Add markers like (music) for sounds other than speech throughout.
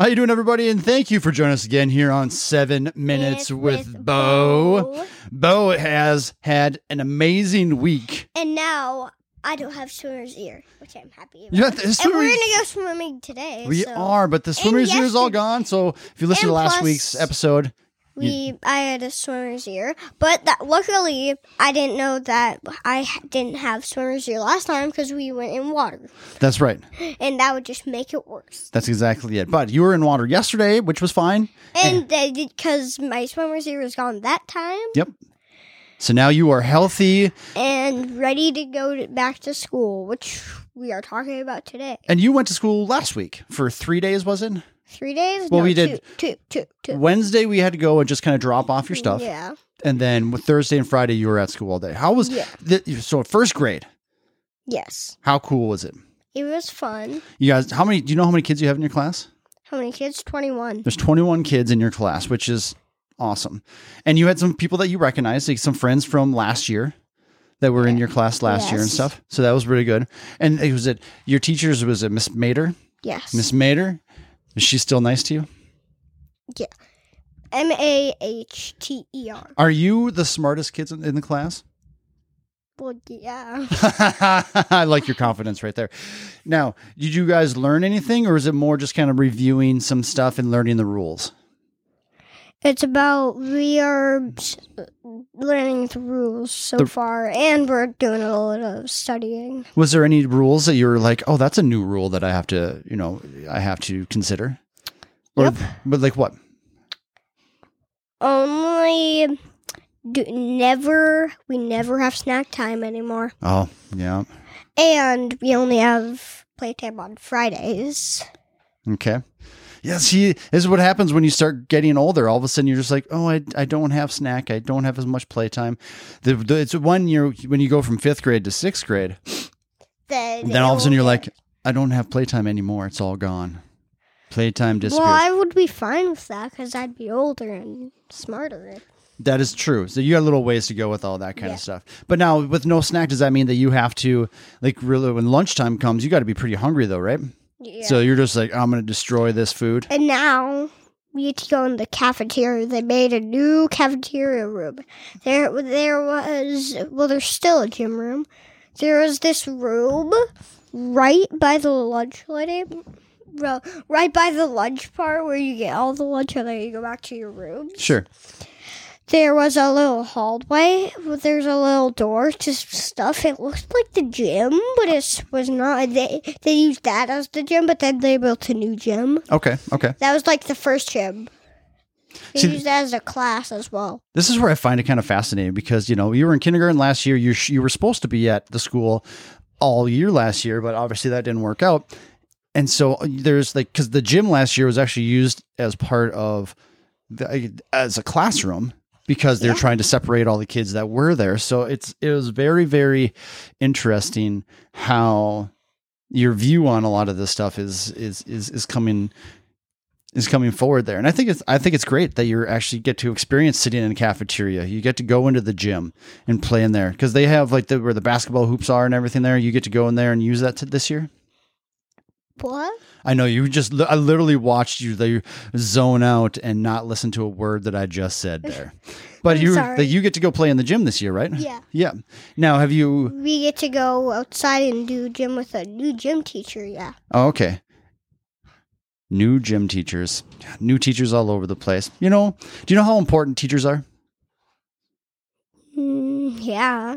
How you doing, everybody? And thank you for joining us again here on Seven Minutes with, Bo. Bo has had an amazing week. And now I don't have swimmer's ear, which I'm happy about. You have to, his and we're swimmer's- gonna go swimming today. we so are, but the swimmer's ear is all yesterday- gone. So if you listen and to last plus- week's episode, We I had a swimmer's ear, but that luckily I didn't know that I h- didn't have swimmer's ear last time because we went in water, that's right. and that would just make it worse. That's exactly it. But you were in water yesterday, which was fine. And they did because my swimmer's ear was gone that time, Yep. So now you are healthy and ready to go to, back to school, which we are talking about today. and you went to school last week for three days, was it? Three days? Well, No, we did- two, two, two, two. Wednesday we had to go and just kind of drop off your stuff. Yeah, And then with Thursday and Friday you were at school all day. How was Yeah. the, so first grade, yes, how cool was it? it was fun. You guys, how many? Do you know how many kids you have in your class? How many kids? 21. There's 21 kids in your class, which is awesome. And you had some people that you recognized, like some friends from last year that were in your class last year and Yes. stuff. So that was really good. And it was it your teachers was it Miss Mater? Yes. Miss Mater, is she still nice to you? M A H T E R. Are you the smartest kids in, in the class? (laughs) Well, yeah. I like your confidence right there. Now, did you guys learn anything, or is it more just kind of reviewing some stuff and learning the rules? It's about we are s- learning the rules so The- far, and we're doing a lot of studying. Was there any rules that you were like, oh, that's a new rule that I have to, you know, I have to consider? Or, Yep. But like what? Only do, never, we never have snack time anymore. Oh, yeah. And we only have playtime on Fridays. Okay. Yeah, see, this is what happens when you start getting older. All of a sudden, you're just like, oh, I, I don't have snack. I don't have as much playtime. The, the, it's one year when you go from fifth grade to sixth grade, Then, then all of a sudden you're like, I don't have playtime anymore. It's all gone. Playtime disappears. well, I would be fine with that because I'd be older and smarter. That is true. So you got a little ways to go with all that kind of stuff. But now with no snack, does that mean that you have to like really when lunchtime comes, you got to be pretty hungry though, right? Yeah. So you're just like, I'm gonna destroy this food. And now we get to go in the cafeteria. They made a new cafeteria room. There, there was well, there's still a gym room. There was this room right by the lunch lady, well, right by the lunch part where you get all the lunch and then you go back to your room. Sure. There was a little hallway. with- There's a little door to s- stuff. It looked like the gym, but it was not. They they used that as the gym, but then they built a new gym. Okay. Okay. That was like the first gym. We See- used that as a class as well. This is where I find it kind of fascinating because you know you were in kindergarten last year. You sh- you were supposed to be at the school all year last year, but obviously that didn't work out. And so uh, there's like because the gym last year was actually used as part of the, uh, as a classroom because they're Yeah. trying to separate all the kids that were there. So it's it was very very interesting how your view on a lot of this stuff is is is is coming is coming forward there. And I think it's I think it's great that you actually get to experience sitting in a cafeteria. You get to go into the gym and play in there because they have like the where the basketball hoops are and everything there. You get to go in there and use that to, this year. What? I know you just li- I literally watched you there zone out and not listen to a word that I just said there. But (laughs) I'm you sorry. that you get to go play in the gym this year, right? Yeah. Yeah. Now have you We get to go outside and do gym with a new gym teacher, yeah. Oh, okay. New gym teachers, new teachers all over the place. You know, do you know how important teachers are? Mm, yeah.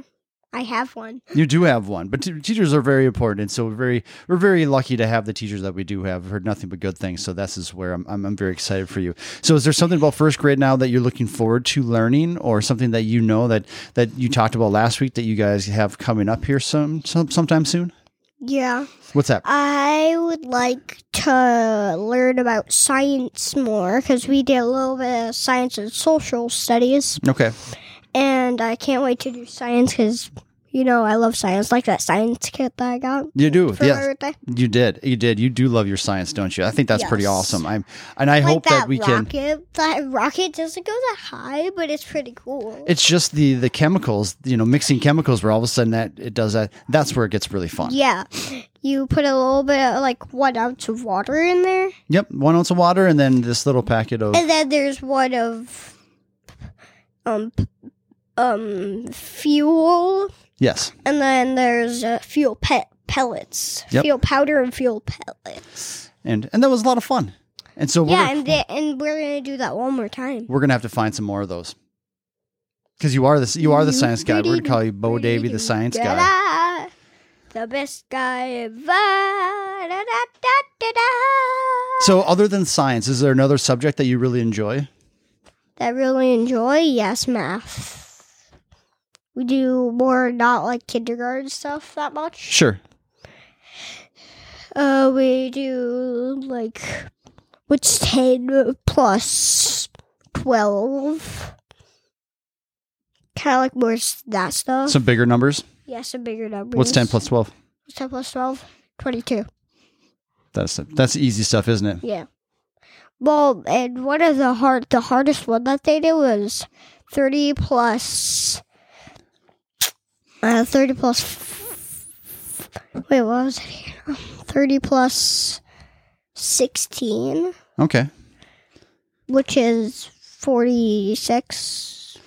I have one. You do have one, but t- teachers are very important, and so we're very we're very lucky to have the teachers that we do have. I've heard nothing but good things, so this is where I'm, I'm I'm very excited for you. So, is there something about first grade now that you're looking forward to learning, or something that you know that that you talked about last week that you guys have coming up here some, some sometime soon? Yeah. What's Uh, that? I would like to learn about science more because we did a little bit of science and social studies, Okay, and I can't wait to do science because You know, I love science, like that science kit that I got You do, for my yes. birthday. You did, you did. You do love your science, don't you? I think that's pretty Yes. awesome. I'm, and I like hope that, we can. rocket. That rocket doesn't go that high, but it's pretty cool. It's just the the chemicals, you know, mixing chemicals. Where all of a sudden that it does that. That's where it gets really fun. yeah, you put a little bit of like one ounce of water in there, Yep, one ounce of water, and then this little packet of Mm-hmm. and then there's one of um p- um fuel, yes. and then there's uh, fuel pe- pellets, Yep. fuel powder, and fuel pellets. and and that was a lot of fun. And so we're yeah, gonna, and they, and we're gonna do that one more time. we're gonna have to find some more of those because you are the you are the science guy. We're gonna call you Bo Bo Davy, the science guy. guy. The best guy ever. Da-da-da-da-da. So, other than science, is there another subject that you really enjoy? that I really enjoy, yes, math. We do more not like kindergarten stuff that much. Sure. Uh, we do like what's ten plus twelve. Kind of like more s- that stuff. Some bigger numbers. yes, a bigger number. What's ten plus twelve? What's ten plus twelve? Twenty-two. That's that's easy stuff, isn't it? Yeah. Well, and one of the hard, the hardest one that they did was thirty plus, uh, thirty plus. Wait, what was it? here? Um, Thirty plus sixteen, Okay. which is forty-six.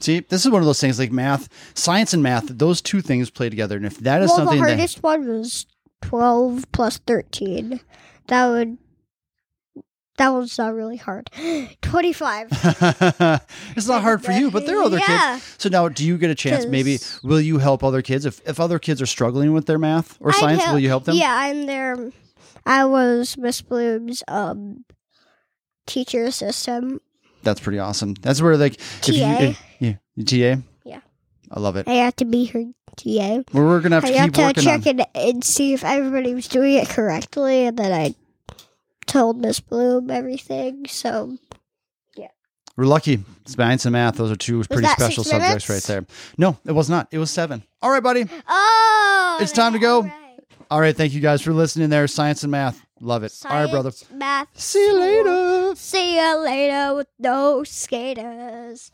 See, this is one of those things like math, science, and math. Those two things play together, and if that is well, something the that hardest one was twelve plus thirteen. That would. That one's not really hard. (gasps) Twenty-five. (laughs) it's not hard for you, but there are other kids. Yeah. So now, do you get a chance? Maybe Because- will you help other kids if if other kids are struggling with their math or I'd science? will you help them? Yeah, I'm there. I was Miss Bloom's um, teacher assistant. that's pretty awesome. That's where like if you TA. if- yeah you TA Yeah. I love it. I had to be her TA. Well, we're gonna have I to had keep to working on. check and, and see if everybody was doing it correctly, and then I told Miss Bloom everything. So We're lucky. Science and math; those are two pretty that special six subjects minutes? right there. No, it was not. It was seven. All right, buddy. oh, It's time to go. right. All right, thank you guys for listening. There, science and math. Love it. All right, brother. Science, Math. See you later. See you later with no skaters.